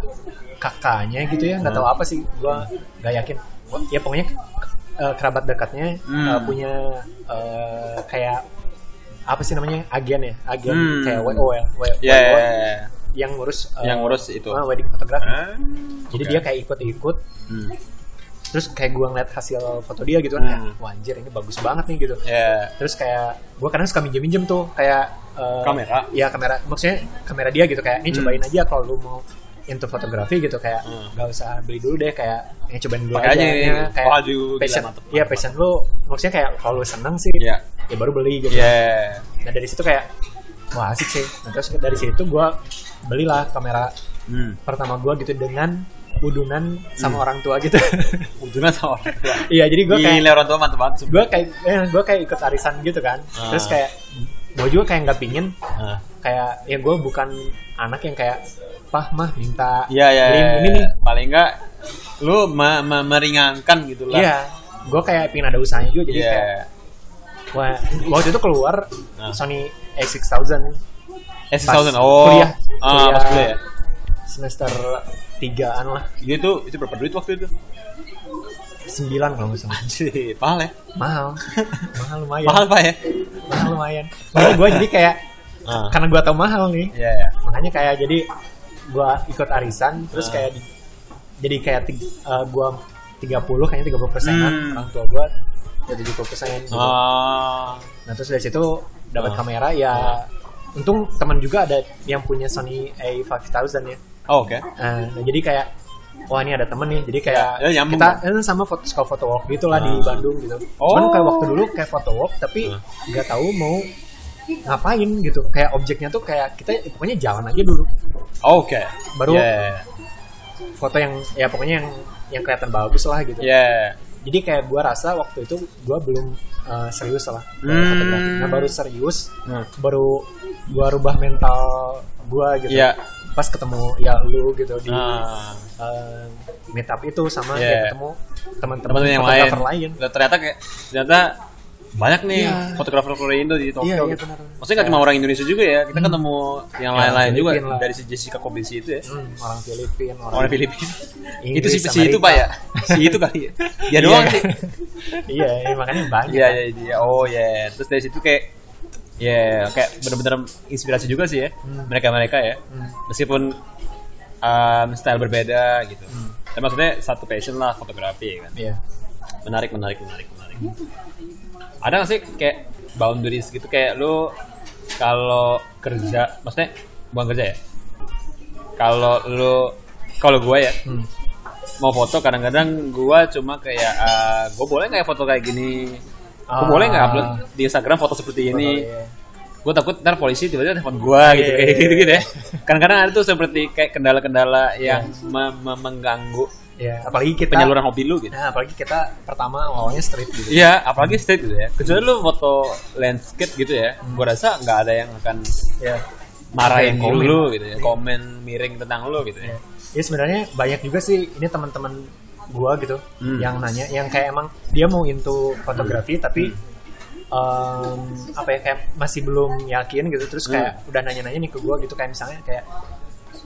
kakaknya gitu ya
Hmm.
nggak tahu apa sih gua nggak yakin Gua- ya pokoknya eh, kerabat dekatnya
Hmm.
eh, punya eh, kayak apa sih namanya agen ya agen
Hmm.
kayak WO ya W-
ya
WO yang ngurus eh,
yang ngurus itu
eh, wedding photography
Ah,
jadi
oke.
dia kayak ikut-ikut
Hmm.
terus kayak gua ngeliat hasil foto dia gitu kan kayak,
Hmm.
wah anjir ini bagus banget nih gitu
ya
terus kayak gue kadang suka minjem-minjem tuh kayak eh,
Kamera?
ya kamera maksudnya kamera dia gitu kayak ini
Hmm.
cobain aja kalau lu mau into fotografi gitu kayak
Hmm.
nggak usah beli dulu deh kayak ini cobain dulu
Pakai
aja,
aja ini.
Ya, kayak
Wah, aduh, gila,
passion
mantep.
iya passion lu maksudnya kayak kalau lu seneng sih
ya
ya baru beli gitu
ya
nah dari situ kayak wah asik sih nah, terus dari situ gue belilah kamera
hmm
pertama gue gitu dengan udunan sama orang tua gitu
ujungnya sama orang tua
iya jadi gue kayak
gila orang tua mantep banget sumpah.
gue kayak eh, gue kayak ikut arisan gitu kan
Ah.
terus kayak gue juga kayak nggak pingin
Ah.
kayak ya gue bukan anak yang kayak pah mah minta
Iya iya.
beliin
iya.
ini nih
Paling enggak lu ma- ma- meringankan gitu lah.
Iya, gue kayak pengen ada usahanya juga jadi
Iya.
kayak wah waktu itu keluar
Nah.
Sony A6000
Eh, 6000.
Pas
Oh.
kuliah.
Ah, pas kuliah ya.
semester 3an lah
Dia tuh itu berapa duit waktu itu?
9 kalau nggak salah
Anjir, mahal ya.
mahal mahal lumayan
Mahal Pak ya?
mahal lumayan makanya gue jadi kayak
Ah.
karena gue tau mahal nih
Iya, iya.
makanya kayak jadi gue ikut arisan
Ah.
terus kayak di- jadi kayak tig- eh, gue 30 kayaknya 30 persenan
Hmm.
kan, orang tua gue ya 70 persen gitu.
Ah.
Nah terus dari situ dapat
Ah.
kamera ya untung teman juga ada yang punya Sony A5000 ya.
Oh, oke.
Nah, nah, jadi kayak wah ini ada temen nih. Jadi kayak
Ya, ya, nyambung.
kita eh, sama foto suka foto walk gitu lah di
Ah.
Bandung gitu.
Oh.
Cuman kayak waktu dulu kayak foto walk tapi
Ah.
nggak tahu mau ngapain gitu. Kayak objeknya tuh kayak kita eh, pokoknya jalan aja dulu.
Oh, oke.
Baru-
Iya, iya,
Foto yang ya pokoknya yang yang kelihatan bagus lah gitu.
Iya.
Jadi kayak gua rasa waktu itu gua belum eh, serius lah. dalam
Hmm.
fotografi. Nah baru serius
Nah.
baru gua rubah mental gua gitu
Iya.
pas ketemu ya lu gitu di
Ah.
eh, meetup itu sama
Iya.
ya ketemu teman-teman
teman-teman yang lain. Iya,
fotografer lain
Lah, ternyata kayak ternyata banyak nih
Iya.
fotografer fotografer Indo di Tokyo.
Iya, iya,
gitu.
benar.
Maksudnya nggak cuma orang Indonesia juga ya, kita ketemu yang
Ya,
lain-lain juga
Filipin lah.
dari si Jessica Kobinsi itu ya.
Hmm, orang Filipin orang,
Orang Filipina.
Inggris,
itu si si itu
Amerika.
Pak ya. Si itu kali ya. Dia doang sih.
iya iya, makanya banyak
Iya, iya, iya. Oh, ya. Terus dari situ kayak ya kayak bener-bener inspirasi juga sih ya mereka-mereka ya.
Hmm.
Meskipun um, style berbeda gitu.
Hmm.
Tapi maksudnya satu passion lah fotografi ya kan.
iya
menarik menarik menarik menarik ada nggak sih kayak boundaries gitu kayak lu kalau kerja maksudnya bukan kerja ya kalau lu kalau gue ya
Hmm.
mau foto kadang-kadang gue cuma kayak gue boleh nggak ya foto kayak gini Gua
Ah.
boleh nggak upload di Instagram foto seperti
Foto,
ini
iya.
gue takut ntar polisi tiba-tiba telepon gue gitu
Iya,
kayak
iya,
gitu gitu ya kadang-kadang ada tuh seperti kayak kendala-kendala yang me- me- mengganggu
Iya, apalagi Iya. kita
penyaluran hobi lu gitu
nah apalagi kita pertama awalnya street gitu
Iya, apalagi state gitu ya. Kecuali lu foto landscape gitu ya,
Hmm.
gua rasa nggak ada yang akan
ya
marahin
Komen.
lu gitu ya, komen miring tentang lu gitu ya.
ya sebenarnya banyak juga sih ini teman-teman gua gitu
Hmm.
yang nanya yang kayak emang dia mau into fotografi tapi
Hmm.
em, apa ya kayak masih belum yakin gitu terus kayak
Hmm.
udah nanya-nanya nih ke gua gitu kayak misalnya kayak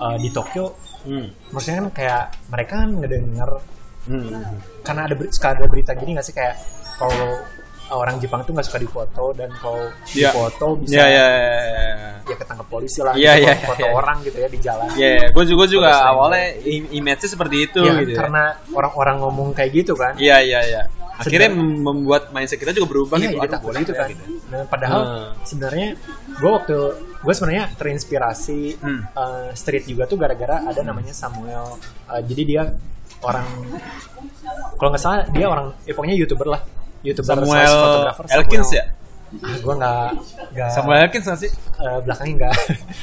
eh, di Tokyo
Hmm.
maksudnya kan kayak mereka kan ngedenger
Hmm.
karena ada beri- suka ada berita gini nggak sih kayak kalau orang Jepang tuh nggak suka difoto dan kalau
Iya.
difoto bisa
Iya, iya,
ya ketangkep polisi lah
Iya,
gitu,
iya,
foto
iya.
orang gitu ya di jalan
iya. Gue juga juga
Foto
awalnya im- image-nya seperti itu
Ya,
gitu. ya.
karena orang-orang ngomong kayak gitu kan
Iya, iya, iya. Akhirnya mem- membuat mindset kita juga berubah
Iya,
gitu.
jadi
Aduh,
takut
boleh
gitu
nggak
kan.
ya,
Nah, padahal
Hmm.
sebenarnya gue waktu gue sebenarnya terinspirasi
Hmm.
eh, street juga tuh gara-gara ada namanya Samuel. Eh, jadi dia orang kalau nggak salah dia orang, eh, pokoknya youtuber lah, youtuber
Samuel
slash fotografer. Samuel-
Elkins ya?
Ah, gue nggak nggak
Samuel Elkins nggak sih?
eh, belakangnya nggak.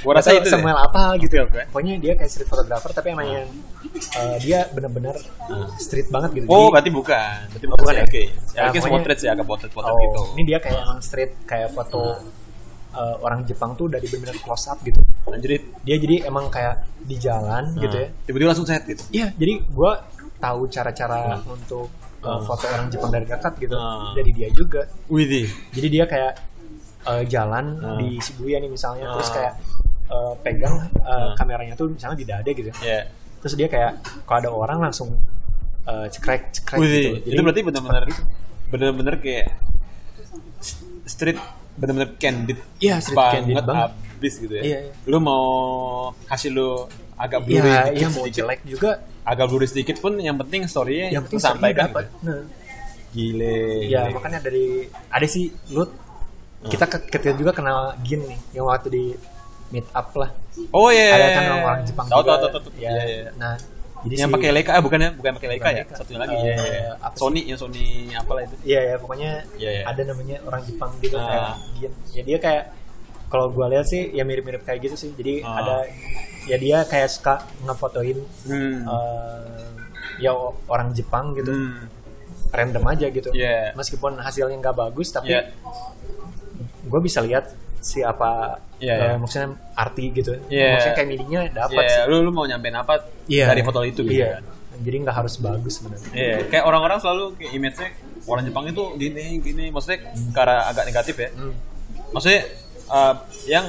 Gua rasa
Nggak tahu
itu deh.
Samuel apa gitu.
Oke, oke.
Pokoknya dia kayak street photographer tapi emang yang eh, dia bener-bener street banget gitu.
Oh,
Jadi-
berarti bukan. Berarti
Oh,
bukan,
bukan
sih,
ya?
Oke.
Ya,
Elkins
pokoknya-
potret sih, agak potret-potret
Oh,
gitu.
Ini dia kayak orang street, kayak foto eh, orang Jepang tuh dari bener-bener close up gitu.
Lanjutin.
Dia jadi emang kayak di jalan
Hmm.
gitu ya.
Tiba-tiba langsung set gitu.
Iya, jadi gua tahu cara-cara untuk eh, foto orang Jepang dari dekat gitu.
Hmm.
Dari dia juga.
Widih.
Jadi dia kayak eh, jalan
Hmm.
di Shibuya nih misalnya, terus
Hmm.
kayak eh, pegang eh, kameranya tuh misalnya di dada gitu.
Iya.
Terus dia kayak kalau ada orang langsung eh, cekrek cekrek
Wih,
gitu.
itu berarti benar-benar benar-benar kayak street benar-benar candid
Iya, street
banget,
candid banget.
abis gitu ya.
Iya, iya.
Lu mau kasih lu agak blurry
Iya,
dikit,
iya mau
gitu sedikit,
jelek juga
agak blurry sedikit pun yang penting story-nya
yang penting
lu sampaikan
dapat.
gitu.
Nah,
Gile.
ya
gile.
makanya dari ada sih Lut
Hmm.
kita ke- ketika juga kenal Gin nih yang waktu di meet up lah
Oh iya.
ada kan orang, orang Jepang
Tahu
juga
tahu tahu tahu.
Ya,
Iya iya.
nah jadi
Yang
si-
pakai Leica, ah bukan ya, bukan pakai Leica
Bukan
ya.
Leica.
Satunya lagi.
Eh,
Iya iya.
apa sih?
Sony, yang Sony apalah itu.
iya ya pokoknya
Iya, iya.
ada namanya orang Jepang gitu
Ah.
kayak Gin ya dia kayak kalau gua lihat sih ya mirip-mirip kayak gitu sih jadi
Ah.
ada ya dia kayak suka ngefotoin
Hmm.
eh, ya o- orang Jepang gitu
Hmm.
random aja gitu
Iya.
meskipun hasilnya nggak bagus tapi
Iya.
gue bisa lihat siapa
Iya,
eh,
iya.
maksudnya arti gitu
Iya.
maksudnya kayak midinya dapat
Iya,
sih
lu lu mau nyampein apa dari foto itu gitu
iya
kan.
jadi nggak harus bagus sebenarnya
Iya, kayak orang-orang selalu kayak image-nya orang Jepang itu gini gini, maksudnya ke arah agak negatif ya. Maksudnya eh, yang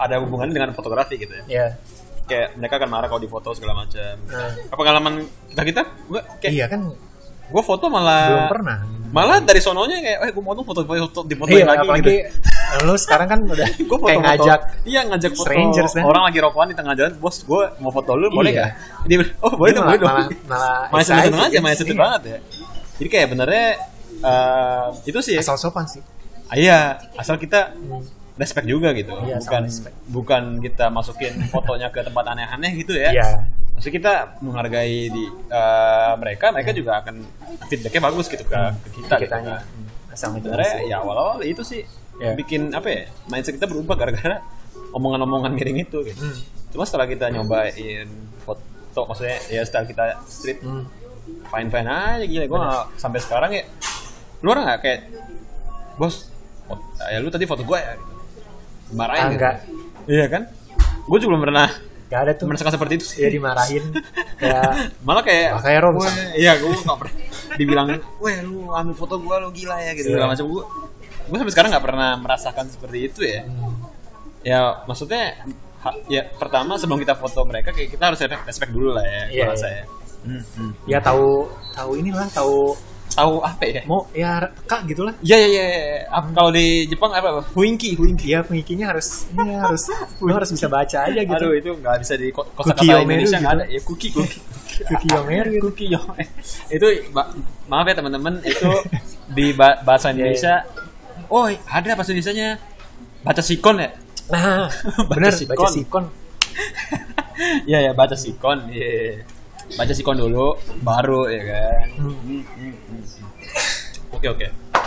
ada hubungannya dengan fotografi gitu ya.
ya
Kayak mereka akan marah kalau difoto segala macam.
Nah.
Apa pengalaman kita kita? Gue kayak
iya kan
gue foto malah
belum pernah
Malah dari sononya kayak, eh gue mau dong foto foto, foto dipotoin
iya
lagi gitu.
apalagi lu sekarang kan udah
Gue foto,
kayak ngajak
iya ngajak foto
strangers, kan?
orang lagi rokokan di tengah jalan, bos gue mau foto lu boleh
Iya.
nggak? Dia bilang, oh boleh
Dia
dong,
malah-
boleh dong.
malah- malah
malah seneng seneng
excited,
aja, malah
iya.
seneng banget ya. Jadi kayak benernya eh, itu sih,
asal sopan Iya. sih
ah, iya asal kita respect juga gitu,
Iya,
bukan
asal respect.
bukan kita masukin fotonya ke tempat aneh-aneh gitu ya.
Iya.
Maksudnya kita menghargai di eh, mereka, mereka juga akan feedbacknya bagus gitu ke, ke kita. gitu
Iya. kitanya
kan
Nah, Hmm, asal
sebenarnya
ngejelasin
ya awal-awal itu sih
Ya.
bikin apa ya mindset kita berubah gara-gara omongan-omongan miring itu gitu.
Hmm.
Cuma setelah kita nyobain foto maksudnya ya style kita street
Hmm.
fine fine aja gila gue sampai sekarang ya lu orang nggak kayak bos fot- ya lu tadi foto gue ya gitu. marahin
Ah, nggak.
iya kan gue juga belum pernah
gak ada tuh
merasakan seperti itu sih
dia dimarahin Ya, kayak
malah kayak
Iya. Makanya Rom,
"Weh,"
sama.
iya gue nggak pernah dibilang weh lu ambil foto gue lu gila ya gitu
Iya.
segala macam gue gue sampai sekarang nggak pernah merasakan seperti itu ya
Hmm.
ya maksudnya ha- ya pertama sebelum kita foto mereka kayak kita harus ada respect dulu lah ya
Iya,
gua rasa
iya.
ya Hmm, hmm.
ya tahu tahu inilah tahu
tahu apa ya
mau ya kak gitulah
Iya iya iya iya. Apa- kalau di Jepang apa Huinki Huinki
dia pengikinya harus ini harus lu harus bisa baca aja gitu
Aduh iya. itu nggak bisa di ko- kosakata
Kukiyomeru
Indonesia nggak
gitu.
ada ya kuki kuki
Kukiyomeru gitu.
Kukiyomeru. itu ma- maaf ya teman-teman itu di ba- bahasa Indonesia oh ada bahasa Indonesianya baca sikon ya
nah
Baca
bener
sikon.
baca sikon
Iya ya baca sikon iya iya. baca sikon dulu baru ya kan
Hmm.
oke oke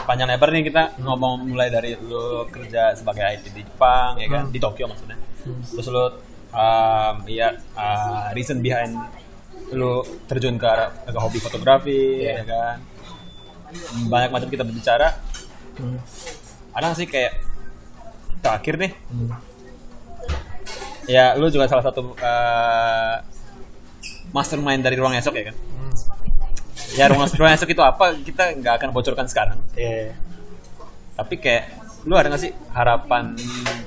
panjang lebar nih kita ngomong mulai dari lu kerja sebagai IT di Jepang ya kan di Tokyo maksudnya terus lu um, ya uh, reason behind lu terjun ke arah- ke hobi fotografi ya kan banyak macam kita berbicara
Hmm.
ada nggak sih kayak terakhir nih
Hmm.
ya lu juga salah satu uh, mastermind dari ruang esok ya kan
Hmm.
ya ruang, ruang esok itu apa kita nggak akan bocorkan sekarang
Iya.
tapi kayak lu ada nggak sih harapan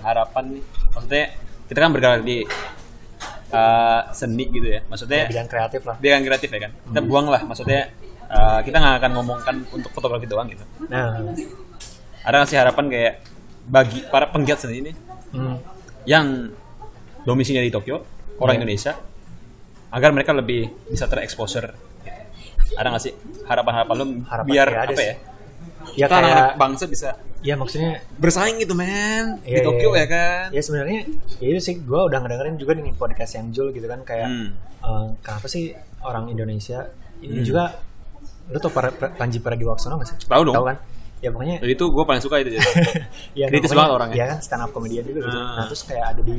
harapan nih maksudnya kita kan bergerak di uh, seni gitu ya maksudnya
Iya, bidang kreatif lah
dia kan kreatif ya kan kita buang lah maksudnya uh, kita nggak akan ngomongkan untuk fotografi doang gitu
nah
ada nggak sih harapan kayak bagi para penggiat seni ini
hmm.
yang domisilinya di Tokyo orang
Hmm.
Indonesia agar mereka lebih bisa terexposure gitu. ada nggak sih harapan-harapan lu
Harapan
biar
kayak ada
apa
sih.
ya
ya
kita anak-anak
kayak
bangsa bisa
ya maksudnya
bersaing gitu men di
Iya, iya,
Tokyo
iya.
ya kan
ya sebenarnya ya itu sih gue udah ngedengerin juga dengan podcast yang Jul gitu kan kayak
Hmm.
eh, kenapa sih orang Indonesia ini juga lu tau Pra- Pra- Panji Pragiwaksono gak sih
Tahu dong.
kan ya pokoknya
Oh, itu gue paling suka itu jadi
ya,
Kritis
pokoknya-
banget orangnya.
Iya kan stand up comedian juga gitu.
Hmm.
Nah terus kayak ada di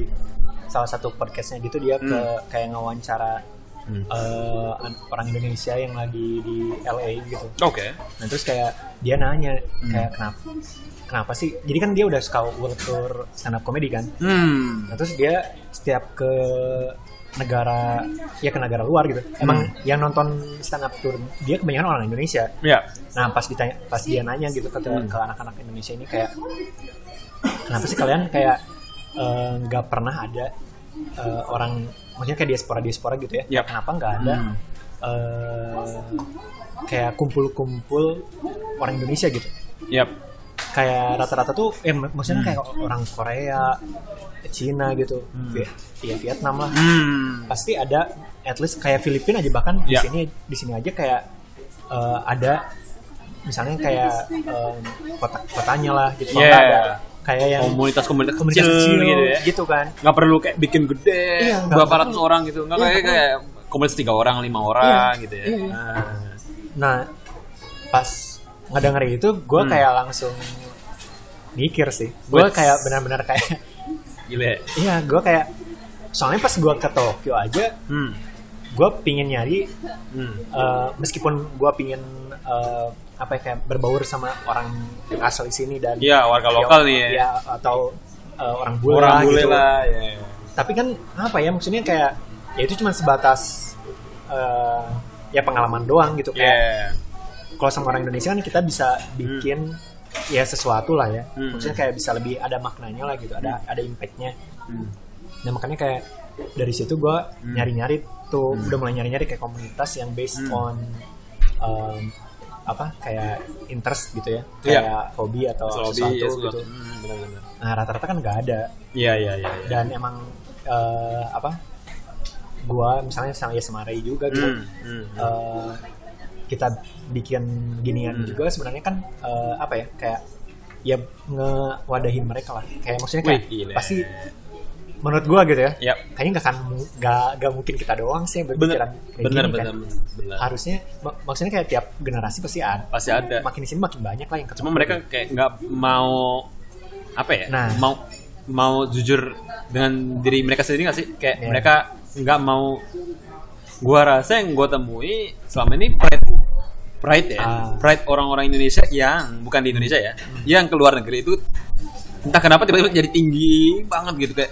salah satu podcastnya gitu dia ke kayak ngawancara
Hmm.
eh, an- orang Indonesia yang lagi di LA gitu.
oke
Nah terus kayak dia nanya
Hmm.
kayak kenapa kenapa sih? Jadi kan dia udah suka world tour stand up comedy kan.
hmm
Nah terus dia setiap ke negara ya ke negara luar gitu. Emang
Hmm.
yang nonton stand up tour dia kebanyakan orang Indonesia.
ya
Nah pas ditanya, pas dia nanya gitu ke, ke anak-anak Indonesia ini kayak kenapa sih kalian kayak eh, nggak pernah ada eh, orang maksudnya kayak diaspora diaspora gitu ya?
Yap.
Kenapa nggak ada
Hmm.
eh, kayak kumpul-kumpul orang Indonesia gitu?
yap
Kayak rata-rata tuh, eh, mak- maksudnya kayak orang Korea, Cina gitu, Vi- ya Vietnam lah
hmm
pasti ada at least kayak Filipina aja bahkan di
Ya.
sini di sini aja kayak eh, ada misalnya kayak em, kota kotanya lah gitu Kalau nggak
Yeah.
ada kayak yang
komunitas komunitas Ya. kecil,
komunitas kecil
gitu ya
kan
nggak perlu kayak bikin gede
Iya, nggak
berapa
perlu.
ratus orang gitu nggak
Iya,
kayak
nggak
kayak komunitas tiga orang lima orang
Iya,
gitu ya
iya, iya.
Nah.
nah pas ngedengerin itu gue
Hmm.
kayak langsung mikir sih gue
Wets.
kayak benar-benar kayak
gila ya
iya gue kayak soalnya pas gue ke Tokyo aja
hmm
gue pingin nyari
hmm
Uh, meskipun gue pingin uh, apa ya kayak berbaur sama orang asal di sini dan
Iya, warga lokal nih ya.
atau uh, orang bule
orang
lah
bule
gitu.
lah ya
tapi kan apa ya maksudnya kayak ya itu cuma sebatas uh, ya pengalaman doang gitu kayak
Yeah. Iya.
kalau sama orang Indonesia kan kita bisa bikin ya sesuatu lah ya
Hmm.
maksudnya kayak bisa lebih ada maknanya lah gitu ada ada impactnya
Hmm.
nah makanya kayak dari situ gue nyari-nyari tuh
Hmm.
udah mulai nyari-nyari kayak komunitas yang based on um, apa kayak interest gitu ya
Iya.
kayak hobi atau
Sobi,
sesuatu
ya,
gitu
sesuatu. Hmm, benar-benar.
nah rata-rata kan nggak ada
Iya, iya, iya. iya.
dan emang eh, apa gua misalnya sama ya sama Ray juga gitu
Hmm, hmm.
eh, kita bikin ginian
Hmm.
juga sebenarnya kan eh, apa ya kayak ya ngewadahin mereka lah kayak maksudnya kayak
Wih, gila.
pasti menurut gua gitu ya
Yap.
kayaknya nggak akan mu- nggak nggak mungkin kita doang sih yang
Bener,
berpikiran kayak
bener,
gini,
bener,
kan.
bener.
harusnya mak- maksudnya kayak tiap generasi pasti ada
Pasti ada.
makin di sini makin banyak lah yang ketemu
Cuma mereka kayak nggak mau apa ya?
Nah.
Mau mau jujur dengan diri mereka sendiri nggak sih? Kayak
Iya.
mereka nggak mau. Gua rasa yang gua temui selama ini pride pride ya
Ah.
pride orang-orang Indonesia yang bukan di Indonesia ya yang ke luar negeri itu entah kenapa tiba-tiba jadi tinggi banget gitu kayak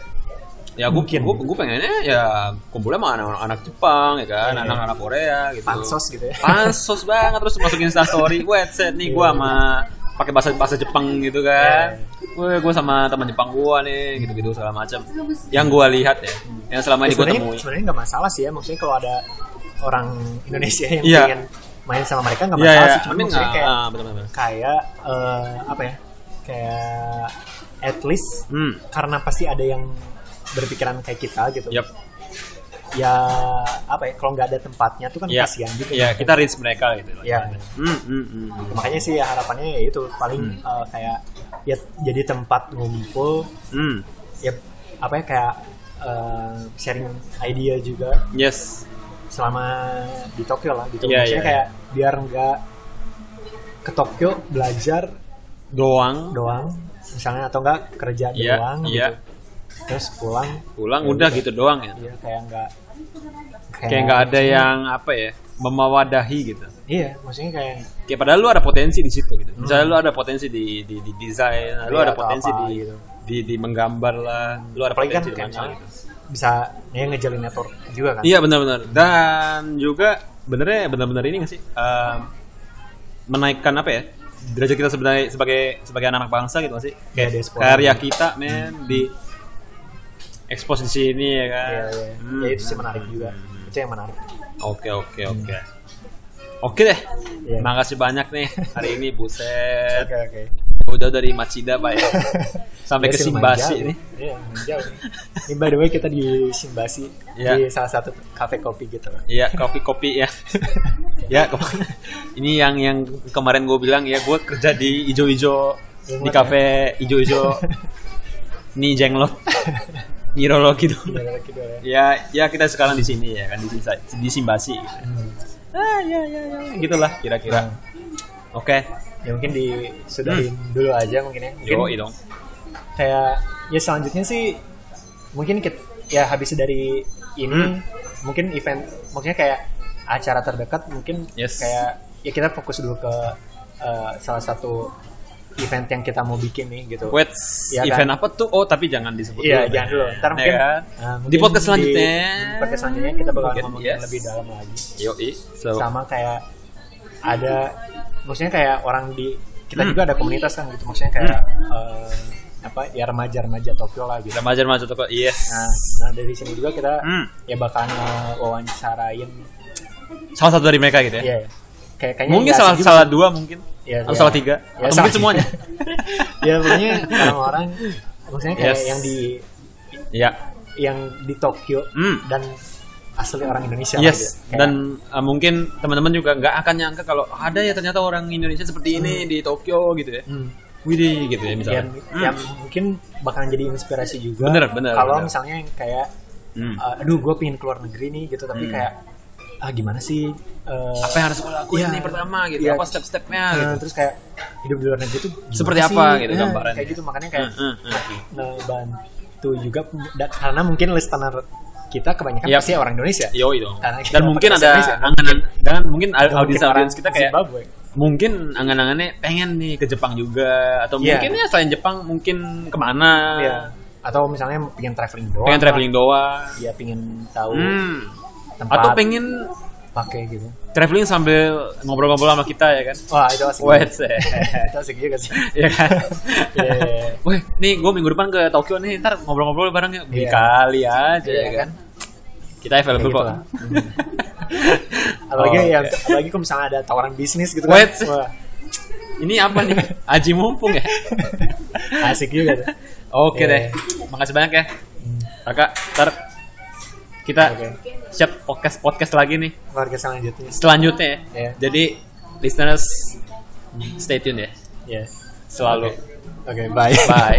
ya gue
Mungkin.
gue pengennya ya kumpulnya sama anak anak Jepang ya kan
Iya.
anak anak Korea gitu
pansos gitu ya
pansos banget terus masukin instastory wet set nih gua sama pakai bahasa bahasa Jepang gitu kan
Iya.
gue gue sama teman Jepang gua nih gitu gitu segala macam yang gua lihat ya yang selama ini gue
Ya, sebenarnya
temui
sebenarnya nggak masalah sih ya maksudnya kalau ada orang Indonesia yang
Iya.
pengen main sama mereka nggak
Iya,
masalah
iya.
sih cuma
Tapi
maksudnya
nggak-
kayak
ah, benar-benar.
kayak eh, apa ya kayak at least
hmm
karena pasti ada yang berpikiran kayak kita gitu
yep
ya apa ya kalau nggak ada tempatnya tuh kan
ya
kasihan juga
ya
kan.
kita reach mereka gitu
ya
hmm hmm hmm
makanya sih ya harapannya ya itu paling eh, kayak ya jadi tempat ngumpul
hmm
ya apa ya kayak eh, sharing idea juga
yes
selama di Tokyo lah gitu.
Iya,
Maksudnya
iya,
kayak biar nggak ke Tokyo belajar
doang
doang, misalnya atau nggak kerja
Iya,
doang
iya.
gitu. Terus pulang,
pulang udah gitu doang ya
ya kayak nggak
kayak nggak ada yang apa ya memawadahi gitu
Iya, maksudnya kayak
kayak padahal lu ada potensi di situ gitu. Misalnya
Hmm.
lu ada potensi di di, di desain, lu
Iya,
ada
atau
potensi
apa
di,
gitu.
di di menggambar lah, lu ada
apalagi kan
potensi di
kayak
mana
misalnya
gitu.
bisa ya, ngejalin network juga kan.
Iya benar-benar. Dan juga benernya benar-benar ini nggak sih Ehm, menaikkan apa ya derajat kita sebagai sebagai sebagai anak bangsa gitu nggak sih? Kayak
Iya, diaspora.
karya kita men
Hmm.
di ekspos di sini ya kan.
Iya, iya.
Hmm.
Ya, itu sih menarik juga. Itu yang menarik.
Oke oke oke. Oke deh,
Hmm. Iya.
makasih banyak nih hari ini buset.
Oke, oke.
Udah Oh, dari Machida pak ya Sampai
Ya,
ke
sih,
Simbasi
lumayan
nih
jauh. Iya, lumayan jauh nih. Ini by the way kita di Simbasi
Iya.
di salah satu kafe kopi gitu.
Iya kopi-kopi ya Ya ke- Ini yang yang kemarin gue bilang ya Gue kerja di ijo-ijo Di
ya?
cafe ijo-ijo Nih jenglot Nirologi dong
Gimana lagi dulu ya?
Ya ya kita sekarang di sini ya kan Di, Simsa- di Simbasi Ah ya ya ya Gitulah kira-kira
Hmm.
Oke
ya mungkin disudahin dulu aja mungkin ya mungkin
Hmm. Yoi dong
kayak ya selanjutnya sih mungkin kita ya habis dari ini
Hmm.
mungkin event maksudnya kayak acara terdekat mungkin
Yes.
kayak ya kita fokus dulu ke eh, salah satu event yang kita mau bikin nih gitu
Wait,
Iya, kan?
event apa tuh? Oh, tapi jangan disebut
Iya, jangan dulu. Ntar
Ya
mungkin,
kan?
eh, mungkin
di podcast selanjutnya.
di podcast selanjutnya kita bakal
Mungkin,
ngomongin
yes.
lebih dalam lagi
Yoi. So,
sama kayak ada maksudnya kayak orang di kita
Hmm.
juga ada komunitas kan gitu maksudnya kayak eh, apa ya remaja-remaja Tokyo lah gitu
remaja remaja toko. Yes.
nah, nah dari sini juga kita
Hmm.
ya bakal wawancarain
Salah satu dari mereka gitu ya.
ya kayak kayaknya
mungkin
nggak
salah
asik juga
salah dua mungkin.
Iya,
Atau
iya.
salah tiga.
Ya,
Atau
salah.
mungkin semuanya.
sih. ya pokoknya orang-orang maksudnya kayak
Yes.
yang di
Iya.
yang di Tokyo
Hmm.
dan asli orang Indonesia lah gitu.
Yes.
Kayak,
Dan eh, mungkin teman-teman juga nggak akan nyangka kalau ada ya ternyata orang Indonesia seperti ini di Tokyo gitu ya.
hmm,
Widih gitu ya misalnya.
yang, yang mungkin bakalan jadi inspirasi juga
Bener, bener,
kalau
bener.
misalnya yang kayak
Hmm.
uh, aduh gue pingin keluar negeri nih gitu tapi kayak ah gimana sih uh,
Apa yang harus gue lakuin
Iya.
nih pertama gitu?
Iya.
Apa step-stepnya
uh,
gitu?
terus kayak hidup di luar negeri tuh gimana
Seperti
sih?
apa gitu
Nah,
gambarannya.
kayak gitu makanya kayak
Hmm, hmm, hmm.
ngebantu juga da- karena mungkin listener kita kebanyakan
Yap.
pasti orang Indonesia
Yoi dong.
Karena kita
Dan mungkin
pakai
ada
Indonesia.
angan dan mungkin audiens
Mungkin orang
audiens kita kayak
Zimbabwe.
mungkin angan-angannya pengen nih ke Jepang juga atau
Iya.
mungkin ya selain Jepang mungkin kemana
Iya. atau misalnya pengen traveling doang
pengen traveling doang
dia pengen tahu
hmm.
tempat
atau pengen
pakai gitu
traveling sambil ngobrol-ngobrol sama kita ya kan
wah itu asik
Wait,
juga.
seh.
itu asik juga sih
ya kan
Iya, iya, iya.
Wih, nih gue minggu depan ke Tokyo nih, ntar ngobrol-ngobrol bareng yuk. Beli
Iya.
kali aja
Iya,
ya
kan?
kan. Kita available
Kayak gitu
kok. Hmm.
lah. apalagi
Oh,
ya
oke.
apalagi kalau misalnya ada tawaran bisnis gitu
Wait,
kan
seh.
wah
Ini apa nih? Aji mumpung ya.
asik juga tuh. Hmm.
Oke
Iya.
deh. Makasih banyak ya. Kakak, ntar kita
Oke.
siap podcast podcast lagi nih
keluarga selanjutnya
selanjutnya ya.
Iya.
Jadi listeners stay tune ya
ya
selalu.
oke bye
Bye.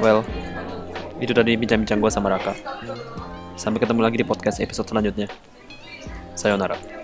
Well, itu tadi bincang-bincang gue sama Raka. Sampai ketemu lagi di podcast episode selanjutnya. Sayonara.